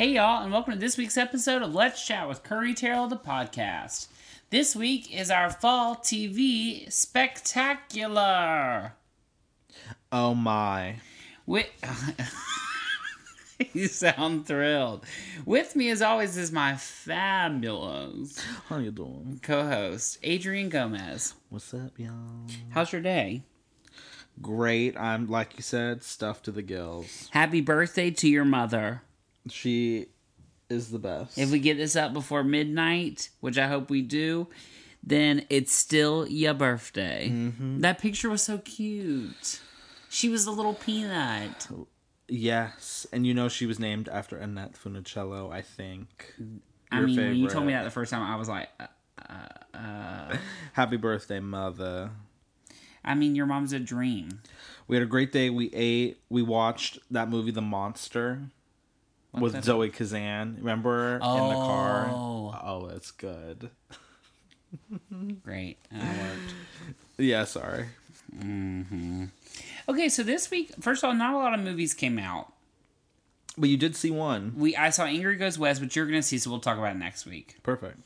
y'all, and welcome to this week's episode of Let's Chat with Curry Terrell, the podcast. This week is our fall TV spectacular. Oh my. With you sound thrilled. With me, as always, is my fabulous How you doing? co-host Adrian Gomez. What's up, y'all? How's your day? Great. I'm like you said, stuffed to the gills. Happy birthday to your mother. She is the best. If we get this up before midnight, which I hope we do, then it's still your birthday. That picture was so cute. She was a little peanut. yes, and you know she was named after Annette Funicello, I think. I Your mean, when you told me that favorite. the first time, I was like, uh, Happy birthday, mother. I mean, your mom's a dream. We had a great day. We ate. We watched that movie, The Monster, with that Zoe Kazan. Remember in the car? Oh. Oh, it's good. Great. Uh, worked. Yeah, sorry. okay, so this week, first of all, not a lot of movies came out. But you did see one. We I saw Ingrid Goes West, which you're gonna see, so we'll talk about it next week. Perfect.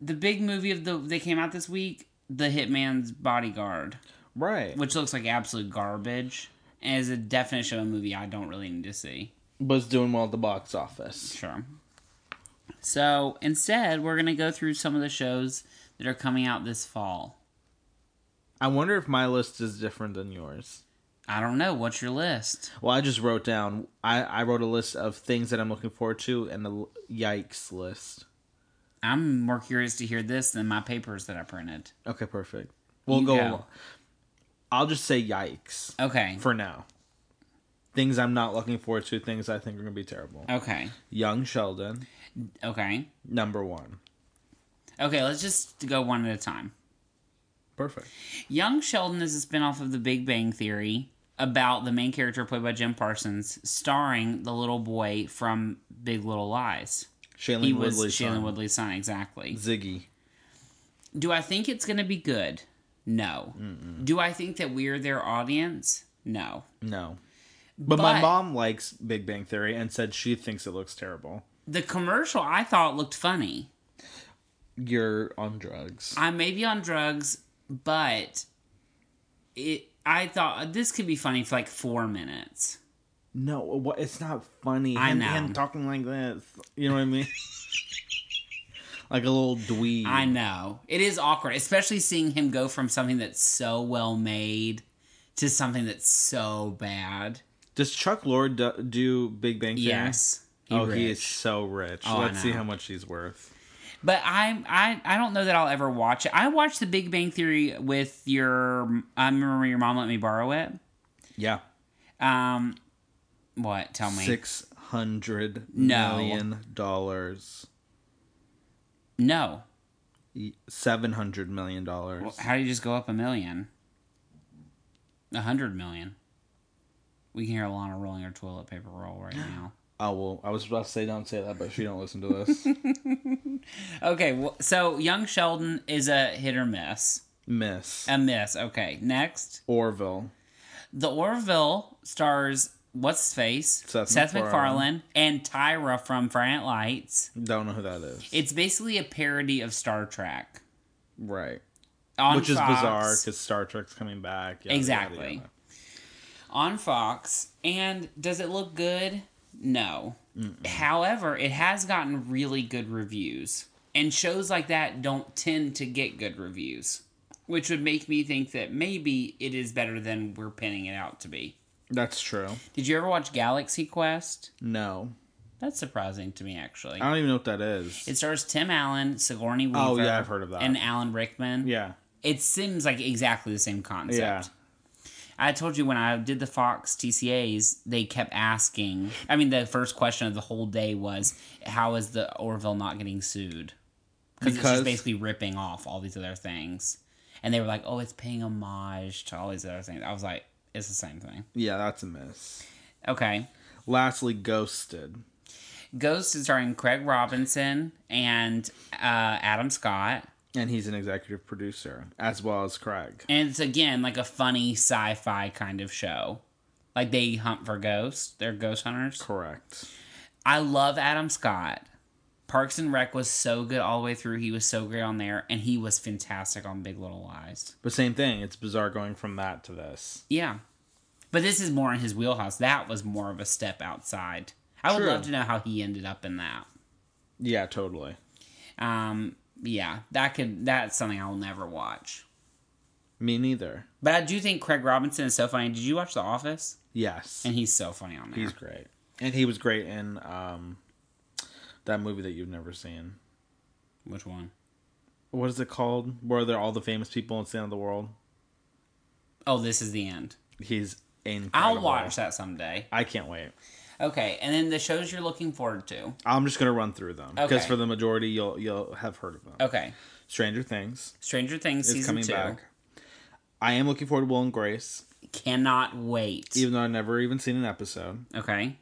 The big movie of the that came out this week, The Hitman's Bodyguard. Right. which looks like absolute garbage and is a definition of a movie I don't really need to see. But it's doing well at the box office. Sure. So instead, we're going to go through some of the shows that are coming out this fall. I wonder if my list is different than yours. I don't know. What's your list? Well, I just wrote down. I I wrote a list of things that I'm looking forward to and the l- yikes list. I'm more curious to hear this than my papers that I printed. Okay, perfect. We'll You go. go. along. I'll just say yikes Okay. for now. Things I'm not looking forward to. Things I think are gonna be terrible. Okay. Young Sheldon, Okay. number one. Okay, let's just go one at a time. Perfect. Young Sheldon is a spinoff of The Big Bang Theory about the main character played by Jim Parsons, starring the little boy from Big Little Lies. Shailene He was Woodley. Shailene Woodley's son, exactly. Ziggy. Do I think it's going to be good? No. Do I think that we're their audience? No. No. But, my But- mom likes Big Bang Theory and said she thinks it looks terrible. The commercial I thought looked funny. You're on drugs. I may be on drugs, but it. I thought this could be funny for like four minutes. No, what? It's not funny. I him, know. him talking like this. You know what I mean? like a little dweeb. I know it is awkward, especially seeing him go from something that's so well made to something that's so bad. Does Chuck Lord do, do Big Bang Theory? Yes, he oh, he rich. is so rich. Oh, I Let's see know. how much he's worth. But I'm I I don't know that I'll ever watch it. I watched The Big Bang Theory with your I remember your mom let me borrow it. Yeah, Um, what? Tell me. six hundred No. million dollars. E, No. Seven hundred million dollars. How do you just go up a million? A hundred million. We can hear Alana rolling her toilet paper roll right now. oh well, I was about to say don't say that, but she don't listen to this. Okay, well, so Young Sheldon is a hit or miss. Miss A miss. Okay, next. Orville. The Orville stars what's his face? Seth MacFarlane MacFarlane. and Tyra from Friday Night Lights. Don't know who that is. It's basically a parody of Star Trek. right. On Which is Fox- bizarre because Star Trek's coming back. yada, yada, Exactly. yada. on Fox. And does it look good? No. However, it has gotten really good reviews. And shows like that don't tend to get good reviews, which would make me think that maybe it is better than we're pinning it out to be. That's true. Did you ever watch Galaxy Quest? No. That's surprising to me, actually. I don't even know what that is. It stars Tim Allen, Sigourney Weaver. Uh, Oh, yeah, I've heard of that. And Alan Rickman. yeah. It seems like exactly the same concept. Yeah. I told you when I did the Fox TCAs, they kept asking. I mean, the first question of the whole day was, "How is the Orville not getting sued?" Because it's just Because- basically ripping off all these other things, and they were like, "Oh, it's paying homage to all these other things." I was like, "It's the same thing." Yeah, that's a miss. Okay, Lastly, Ghosted. Ghost is starring Craig Robinson and uh, Adam Scott, And he's an executive producer, as well as Craig. and it's again like a funny sci-fi kind of show. Like they hunt for ghosts; they're ghost hunters. Correct. I love Adam Scott. Parks and Rec was so good all the way through. He was so great on there, and he was fantastic on Big Little Lies. But same thing. It's bizarre going from that to this. Yeah. But this is more in his wheelhouse. That was more of a step outside. I would True. love to know how he ended up in that. Yeah, totally. Um, yeah, that could that's something I'll never watch. Me neither. But I do think Craig Robinson is so funny. Did you watch The Office? Yes. And he's so funny on there. He's great. And he was great in um that movie that you've never seen. Which one? What is it called? Where they're all the famous people and it's the end of the world. Oh, this is the end. He's incredible. I'll watch that someday. I can't wait. Okay, and then the shows you're looking forward to. I'm just gonna run through them because Okay. for the majority you'll you'll have heard of them. Okay, Stranger Things Stranger Things is season coming two. back. I am looking forward to Will and Grace, Cannot wait. even though I've never even seen an episode. Okay.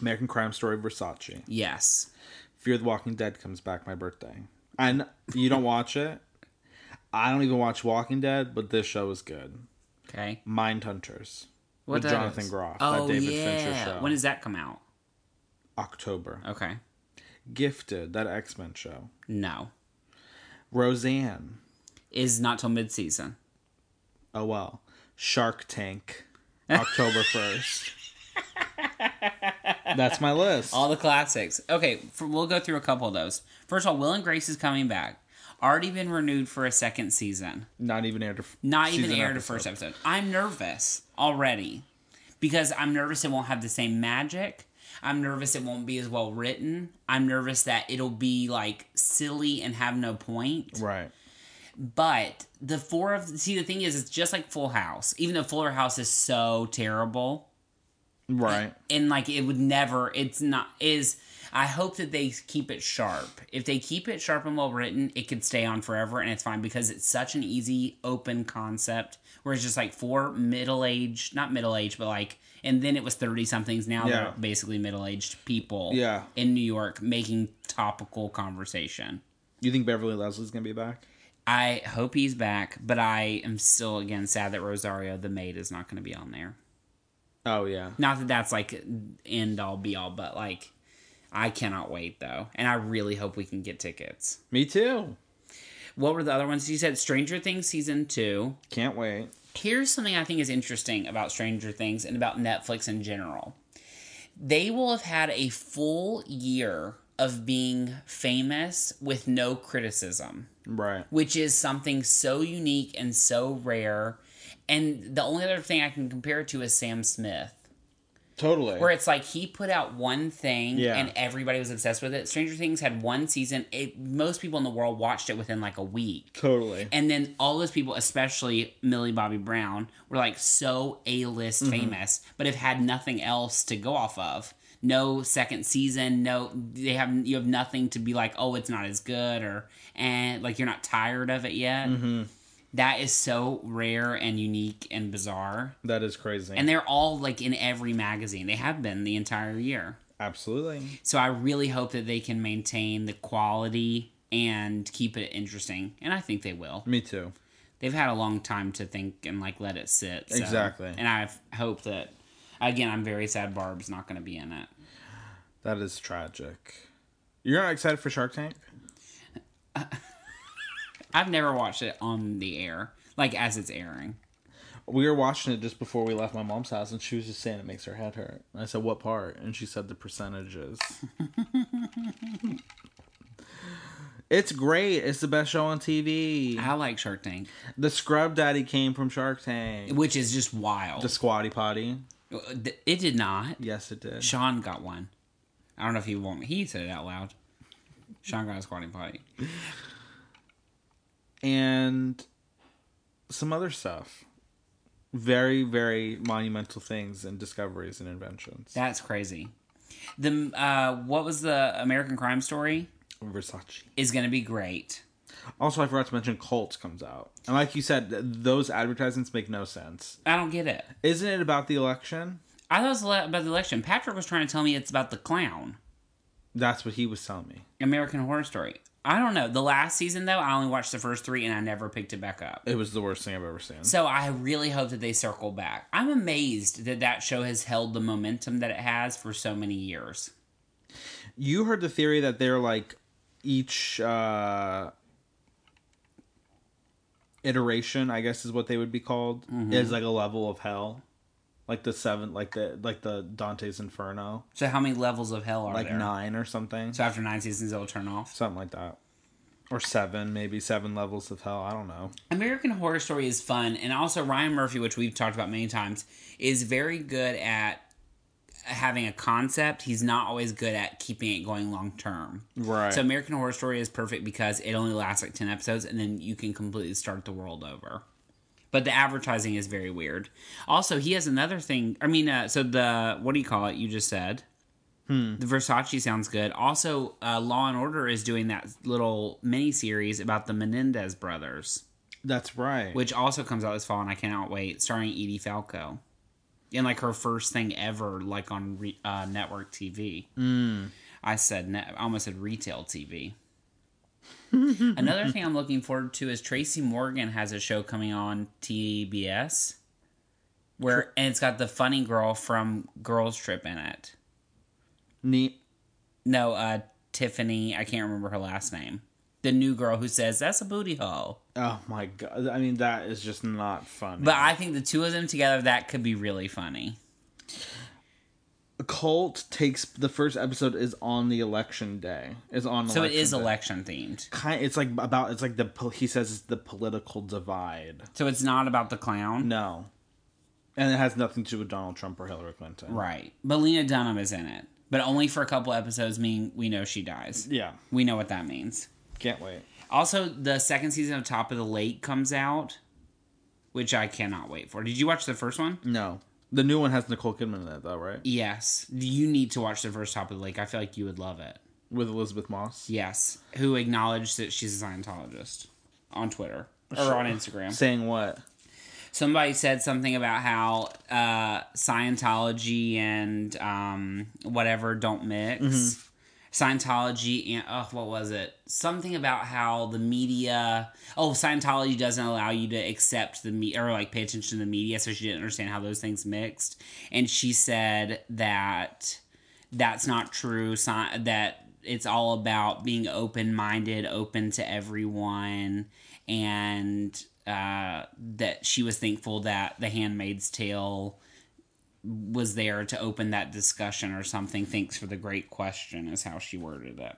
American Crime Story Versace. Yes. Fear the Walking Dead comes back my birthday. And you don't watch it. I don't even watch Walking Dead, but this show is good. Okay. Mind Hunters. What With that Jonathan is? Groff, that Oh David yeah. Fincher show. When does that come out? October. Okay. Gifted, that X Men show. No, Roseanne. is not till mid season. Oh well. Shark Tank. October first. That's my list. All the classics. Okay, for, we'll go through a couple of those. First of all, Will and Grace is coming back. Already been renewed for a second season. Not even aired. a- Not season even aired episode. a first episode. I'm nervous already because I'm nervous it won't have the same magic. I'm nervous it won't be as well written. I'm nervous that it'll be like silly and have no point. Right. But the four of see the thing is it's just like Full House. Even though Fuller House is so terrible, Right. and like it would never it's not is i hope that they keep it sharp if they keep it sharp and well written it could stay on forever and it's fine because it's such an easy open concept where it's just like four middle-aged not middle-aged but like and then it was 30 somethings now Yeah. they're basically middle-aged people Yeah. in new york making topical conversation You think Beverly Leslie's gonna be back? i hope he's back but i am still again sad that rosario the maid is not going to be on there Oh yeah. not that that's like end all be all, but like I cannot wait though, and I really hope we can get tickets. Me too. What were the other ones? You said Stranger Things season two. Can't wait. Here's something I think is interesting about Stranger Things and about Netflix in general. They will have had a full year of being famous with no criticism Right. which is something so unique and so rare. And the only other thing I can compare it to is Sam Smith. Totally. where it's like he put out one thing Yeah. and everybody was obsessed with it. Stranger Things had one season. It, most people in the world watched it within like a week. Totally. And then all those people, especially Millie Bobby Brown, were like so A list famous, but have had nothing else to go off of. No second season. No, they have you have nothing to be like. Oh, it's not as good, or and like you're not tired of it yet. That is so rare and unique and bizarre. That is crazy. And they're all like in every magazine. They have been the entire year. Absolutely. So I really hope that they can maintain the quality and keep it interesting. And I think they will. Me too. They've had a long time to think and like let it sit. so- Exactly. And I hope that again I'm very sad Barb's not gonna be in it. That is tragic. You're not excited for Shark Tank? I've never watched it on the air, like as it's airing. We were watching it just before we left my mom's house, and she was just saying it makes her head hurt. And I said, "What part?" And she said, "The percentages." it's great. It's the best show on TV. I like Shark Tank, The Scrub Daddy came from Shark Tank. which is just wild. The Squatty Potty. It did not. Yes, it did. Sean got one. I don't know if he won't. He said it out loud. Sean got a squatting potty. and some other stuff. Very, very monumental things and discoveries and inventions. That's crazy. The uh, what was the American Crime Story Versace. is going to be great. Also, I forgot to mention Colts comes out. And like you said, th- those advertisements make no sense. I don't get it. Isn't it about the election? I thought it was ele- about the election. Patrick was trying to tell me it's about the clown. That's what he was telling me. American Horror Story. I don't know. The last season though, I only watched the first three and I never picked it back up. It was the worst thing I've ever seen. So I really hope that they circle back. I'm amazed that that show has held the momentum that it has for so many years. you heard the theory that they're like each uh iteration, I guess is what they would be called, Mm-hmm. is like a level of hell. Like the seven like the like the Dante's Inferno. So how many levels of hell are Like there? nine or something. So after nine seasons, it'll turn off. Something like that. Or seven, maybe seven levels of hell. I don't know. American Horror Story is fun, and also Ryan Murphy, which we've talked about many times, is very good at having a concept. He's not always good at keeping it going long term. Right. So American Horror Story is perfect because it only lasts like 10 episodes and then you can completely start the world over. But the advertising is very weird. Also, he has another thing. I mean, uh, so the what do you call it? You just said the Versace sounds good. Also, uh, Law and Order is doing that little mini series about the Menendez brothers, That's right. which also comes out this fall, and I cannot wait. Starring Edie Falco, and like her first thing ever, like on re- uh, network TV. I said net, I almost said retail TV. Another thing I'm looking forward to is Tracy Morgan has a show coming on TBS where and it's got the funny girl from Girls Trip in it. Neat. No, uh Tiffany, I can't remember her last name. The new girl who says that's a booty hole. Oh my god. I mean that is just not funny. But I think the two of them together that could be really funny. Cult takes the first episode is on the election day. Is on So it is election. day. election themed. kind it's like about it's like the po- he says it's the political divide. So it's not about the clown. No. And it has nothing to do with Donald Trump or Hillary Clinton. Right. But Lena Dunham is in it. But only for a couple episodes meaning we know she dies. Yeah. We know what that means. Can't wait. Also, the second season of Top of the Lake comes out, which I cannot wait for. Did you watch the first one? No. The new one has Nicole Kidman in it though, right? Yes. You need to watch the first Top of the Lake. I feel like you would love it. With Elizabeth Moss. Yes. Who acknowledged that she's a Scientologist on Twitter or on Instagram. Saying what? Somebody said something about how uh, Scientology and um, whatever don't mix. Scientology and oh, what was it? Something about how the media. Oh, Scientology doesn't allow you to accept the media or like pay attention to the media, so she didn't understand how those things mixed. And she said that that's not true. Sci- that it's all about being open minded, open to everyone, and uh, that she was thankful that The Handmaid's Tale was there to open that discussion or something. Thanks for the great question, is how she worded it.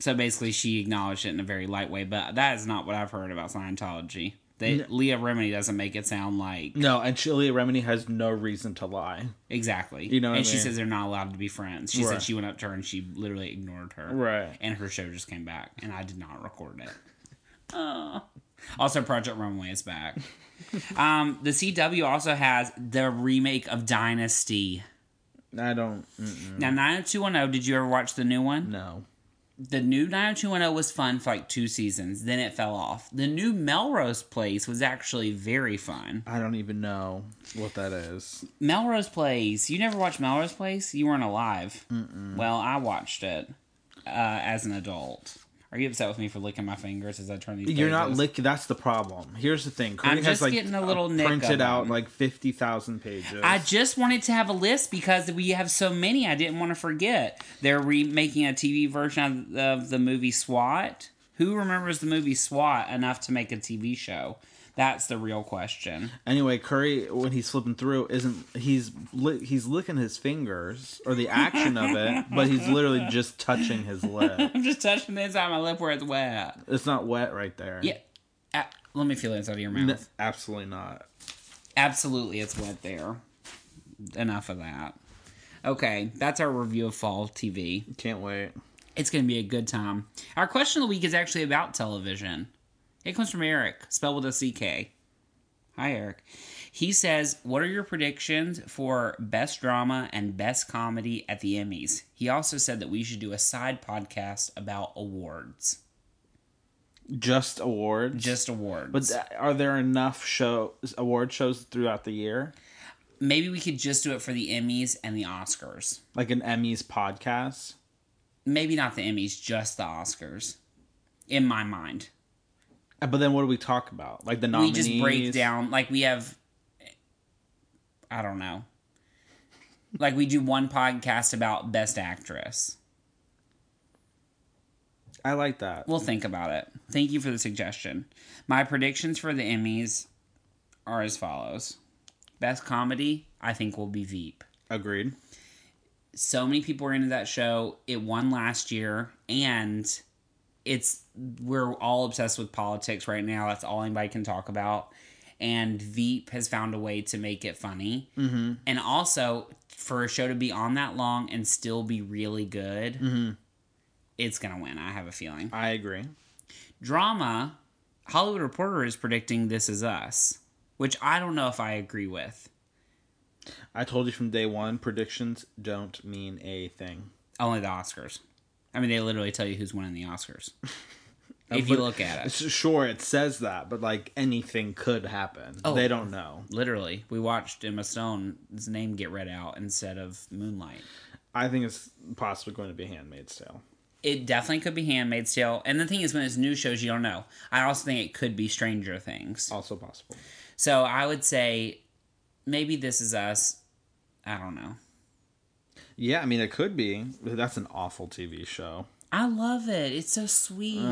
So basically, she acknowledged it in a very light way, but that is not what I've heard about Scientology. They, Leah Remini doesn't make it sound like No, and Chili Remini has no reason to lie. exactly. You know what and I she mean. says they're not allowed to be friends. She Right. said she went up to her and she literally ignored her. Right. And her show just came back, and I did not record it. Aw. Also, Project Runway is back. um, the CW also has the remake of Dynasty. I don't mm-mm, Now, 90210, did you ever watch the new one? no. The new 90210 was fun for like two seasons, then it fell off. The new Melrose Place was actually very fun. I don't even know what that is. Melrose Place, you never watched Melrose Place? You weren't alive. Well, I watched it uh, as an adult. Are you upset with me for licking my fingers as I turn these? You're not pages? licking. That's the problem. Here's the thing. Courtney I'm has just like getting a little nick printed of out them. like fifty thousand pages. I just wanted to have a list because we have so many. I didn't want to forget. They're remaking a TV version of, of the movie SWAT. Who remembers the movie SWAT enough to make a TV show? That's the real question. Anyway, Curry, when he's flipping through, isn't he's li- he's licking his fingers or the action of it, but he's literally just touching his lip. I'm just touching the inside of my lip where it's wet. It's not wet right there. Yeah. A- let me feel the inside of your mouth. N- absolutely not. Absolutely, it's wet there. Enough of that. Okay, that's our review of fall TV. Can't wait. It's going to be a good time. Our question of the week is actually about television. It comes from Eric, spelled with a CK. Hi, Eric. He says, What are your predictions for best drama and best comedy at the Emmys? He also said that we should do a side podcast about awards, Just awards. just awards. But th- are there enough show award shows throughout the year, Maybe we could just do it for the Emmys and the Oscars. like an Emmys podcast? Maybe not the Emmys, just the Oscars, in my mind. Uh, But then what do we talk about? Like the we nominees. just break down like we have i don't know like we do one podcast about best actress. I like that. We'll think about it. Thank you for the suggestion. My predictions for the Emmys are as follows. Best comedy, I think will be Veep. Agreed. So many people are into that show. It won last year and it's we're all obsessed with politics right now. That's all anybody can talk about. And Veep has found a way to make it funny. Mm-hmm. And also for a show to be on that long and still be really good, it's gonna win. I have a feeling. I agree. Drama, Hollywood Reporter is predicting This Is Us, which I don't know if I agree with. I told you from day one, predictions don't mean a thing. Only the Oscars. I mean, they literally tell you who's winning the Oscars. if you look at it. S- Sure, it says that, but like anything could happen. They don't know. Literally, we watched Emma Stone's name get read out instead of Moonlight. I think it's possibly going to be Handmaid's Tale. It definitely could be Handmaid's Tale. And the thing is, when it's new shows, you don't know. I also think it could be Stranger Things. Also possible. So I would say maybe This Is Us. I don't know. Yeah, I mean, it could be. That's an awful TV show. I love it. It's so sweet.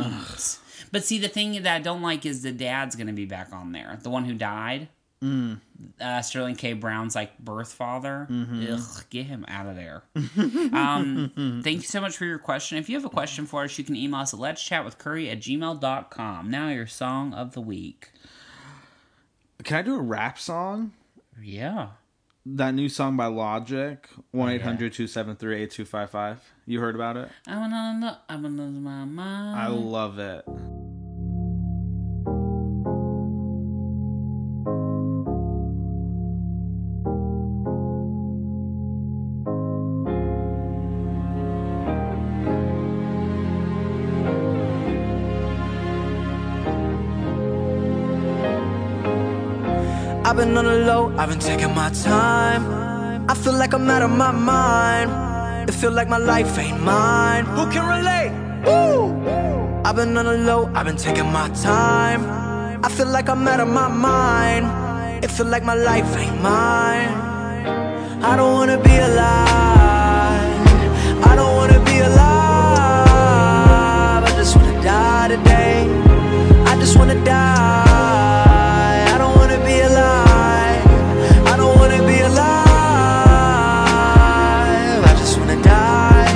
But see, the thing that I don't like is the dad's going to be back on there. The one who died. Uh, Sterling K. Brown's like birth father. Ugh, get him out of there. um, thank you so much for your question. If you have a question for us, you can email us at let's chat with curry at gmail.com. Now, your song of the week. Can I do a rap song? Yeah. That new song by Logic, 1 800 273 8255. You heard about it? I'm gonna, lo- I'm gonna lose my mind. I love it. I've been on the low, I've been taking my time. I feel like I'm out of my mind. It feel like my life ain't mine. Who can relate? Woo! I've been on the low, I've been taking my time. I feel like I'm out of my mind. It feel like my life ain't mine. I don't wanna be alive. I don't wanna be alive. I just wanna die today. I just wanna die. I don't wanna be alive. I don't wanna be alive. I just wanna die.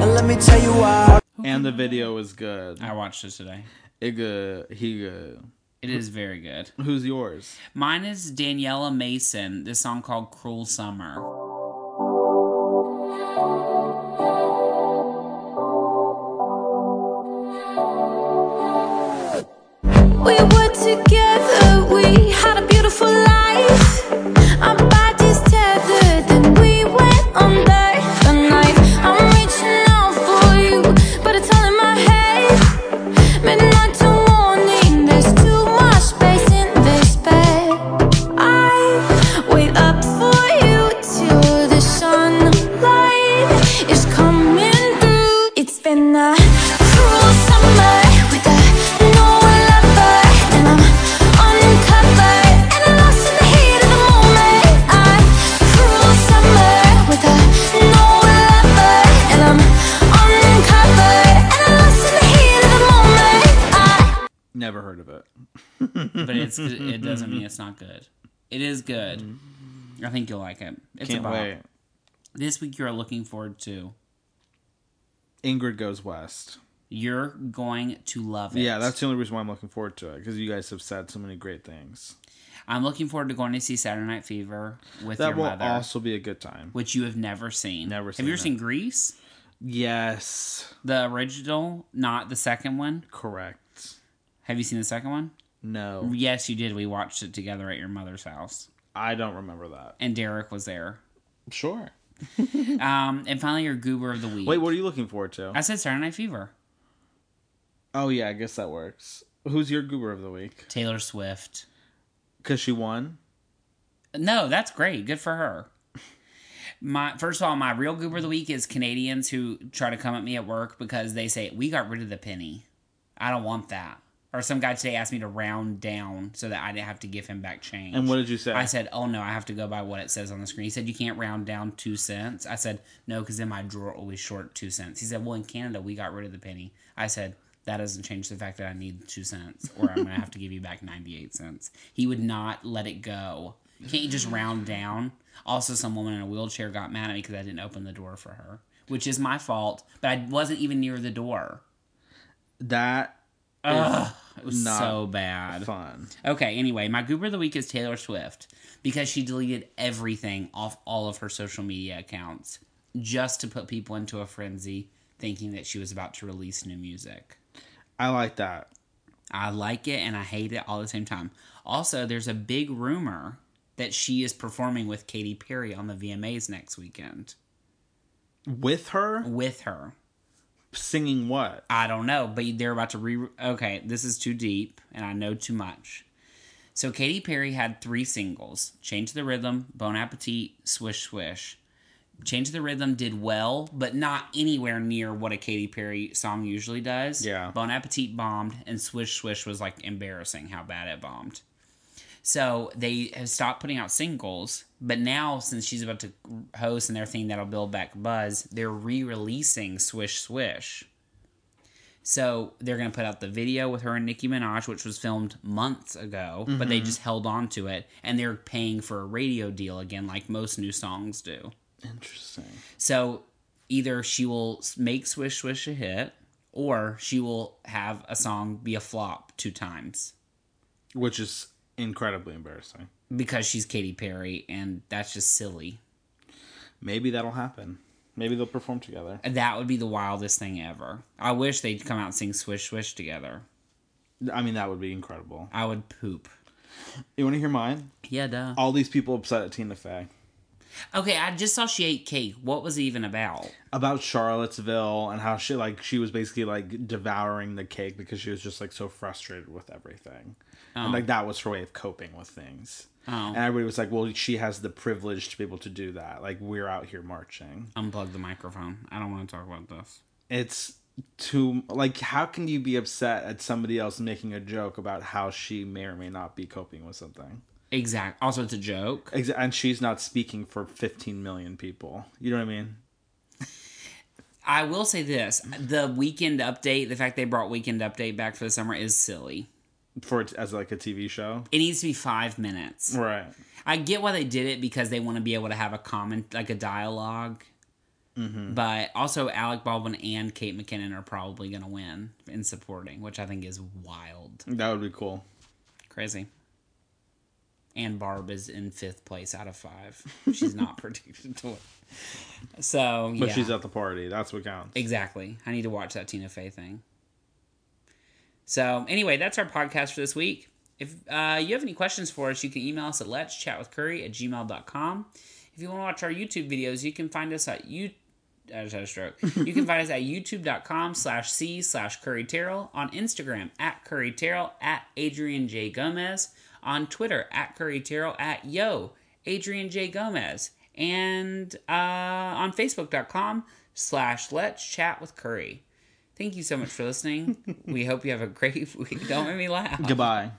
And let me tell you why. And the video is good. I watched it today. It good. He good. It is very good. Who's yours? Mine is Daniela Mason, this song called Cruel Summer. We were together, we had a beautiful life. Our bodies tethered, then we went under the knife. I'm reaching out for you, but it's all in my head. Midnight to morning, there's too much space in this bed. I wait up for you till the sunlight is coming through. It's been a cruel summer with a no lover, and I'm uncovered and I'm lost in the heat of the moment. A cruel summer with a no lover, and I'm uncovered and I'm lost in the heat of the moment. I Never heard of it. But it's it doesn't mean it's not good. It is good. I think you'll like it. It's Can't a bop. wait. This week you're looking forward to. Ingrid Goes West. You're going to love it. Yeah, that's the only reason why I'm looking forward to it because you guys have said so many great things. I'm looking forward to going to see Saturday Night Fever with That your will mother, also be a good time. which you have never seen. Never Have seen you ever it. seen Grease? Yes, The original, not the second one. correct. Have you seen the second one? No, Yes, you did. We watched it together at your mother's house, I don't remember that. and Derek was there. Sure. Um, and finally, your goober of the week. Wait, what are you looking forward to? I said Saturday Night Fever. Oh yeah, I guess that works. Who's your goober of the week? Taylor Swift. Because she won. No, that's great. Good for her. My first of all, my real goober of the week is Canadians who try to come at me at work because they say we got rid of the penny. I don't want that. or some guy today asked me to round down so that I didn't have to give him back change. And what did you say? I said, "Oh no, I have to go by what it says on the screen." He said, "You can't round down two cents." I said, "No, because in my drawer always short two cents." He said, "Well, in Canada, we got rid of the penny." I said, "That doesn't change the fact that I need two cents, or I'm gonna have to give you back ninety-eight cents." He would not let it go. Can't you just round down? Also, some woman in a wheelchair got mad at me because I didn't open the door for her, which is my fault. But I wasn't even near the door. that is It was Not so bad. fun. Okay, anyway, my goober of the week is Taylor Swift because she deleted everything off all of her social media accounts just to put people into a frenzy thinking that she was about to release new music. I like that. I like it and I hate it all at the same time. Also, there's a big rumor that she is performing with Katy Perry on the VMAs next weekend With her with her. singing what? I don't know, but they're about to re. Okay, this is too deep, and I know too much. So Katy Perry had three singles: "Change the Rhythm," "Bon Appetit," "Swish Swish." "Change the Rhythm" did well, but not anywhere near what a Katy Perry song usually does. Yeah. "Bon Appetit" bombed, and "Swish Swish" was like embarrassing how bad it bombed. So they have stopped putting out singles, but now since she's about to host and their thing that'll build back buzz, they're re-releasing "Swish Swish." So they're going to put out the video with her and Nicki Minaj, which was filmed months ago, but they just held on to it, and they're paying for a radio deal again, like most new songs do. Interesting. So either she will s- make Swish Swish a hit, or she will have a song be a flop two times Which is incredibly embarrassing. because she's Katy Perry, and that's just silly. Maybe that'll happen. Maybe they'll perform together. That would be the wildest thing ever. I wish they'd come out and sing Swish Swish together. I mean, that would be incredible. I would poop. You want to hear mine? Yeah, duh. All these people upset at Tina Fey Okay, I just saw she ate cake. What was it even about? about Charlottesville and how she like she was basically like devouring the cake because she was just like so frustrated with everything. And like that was her way of coping with things. And everybody was like, "Well, she has the privilege to be able to do that. Like we're out here marching." unplug the microphone. I don't want to talk about this. it's too like how can you be upset at somebody else making a joke about how she may or may not be coping with something Exact. Also, it's a joke. Ex- and she's not speaking for 15 million people you know what i mean I will say this: the weekend update, the fact they brought weekend update back for the summer is silly. for it as like a tv show It needs to be five minutes. right I get why they did it because they want to be able to have a comment, like a dialog Mm-hmm. But also, Alec Baldwin and Kate McKinnon are probably going to win in supporting, which I think is wild, that would be cool crazy. And Barb is in fifth place out of five. She's not predicted to win. So, but yeah. she's at the party that's what counts Exactly. I need to watch that Tina Fey thing. So, anyway, that's our podcast for this week. If uh, you have any questions for us, you can email us at let's chat with curry at gmail.com. If you want to watch our YouTube videos, you can find us at you. I just had a stroke. You can find us at youtube.com slash C slash Curry Terrell, on Instagram at Curry Terrell, at Adrian J. Gomez, on Twitter at Curry Terrell, at Yo, Adrian J. Gomez, and uh, on Facebook.com slash Let's Chat with Curry. Thank you so much for listening. we hope you have a great week. Don't make me laugh. goodbye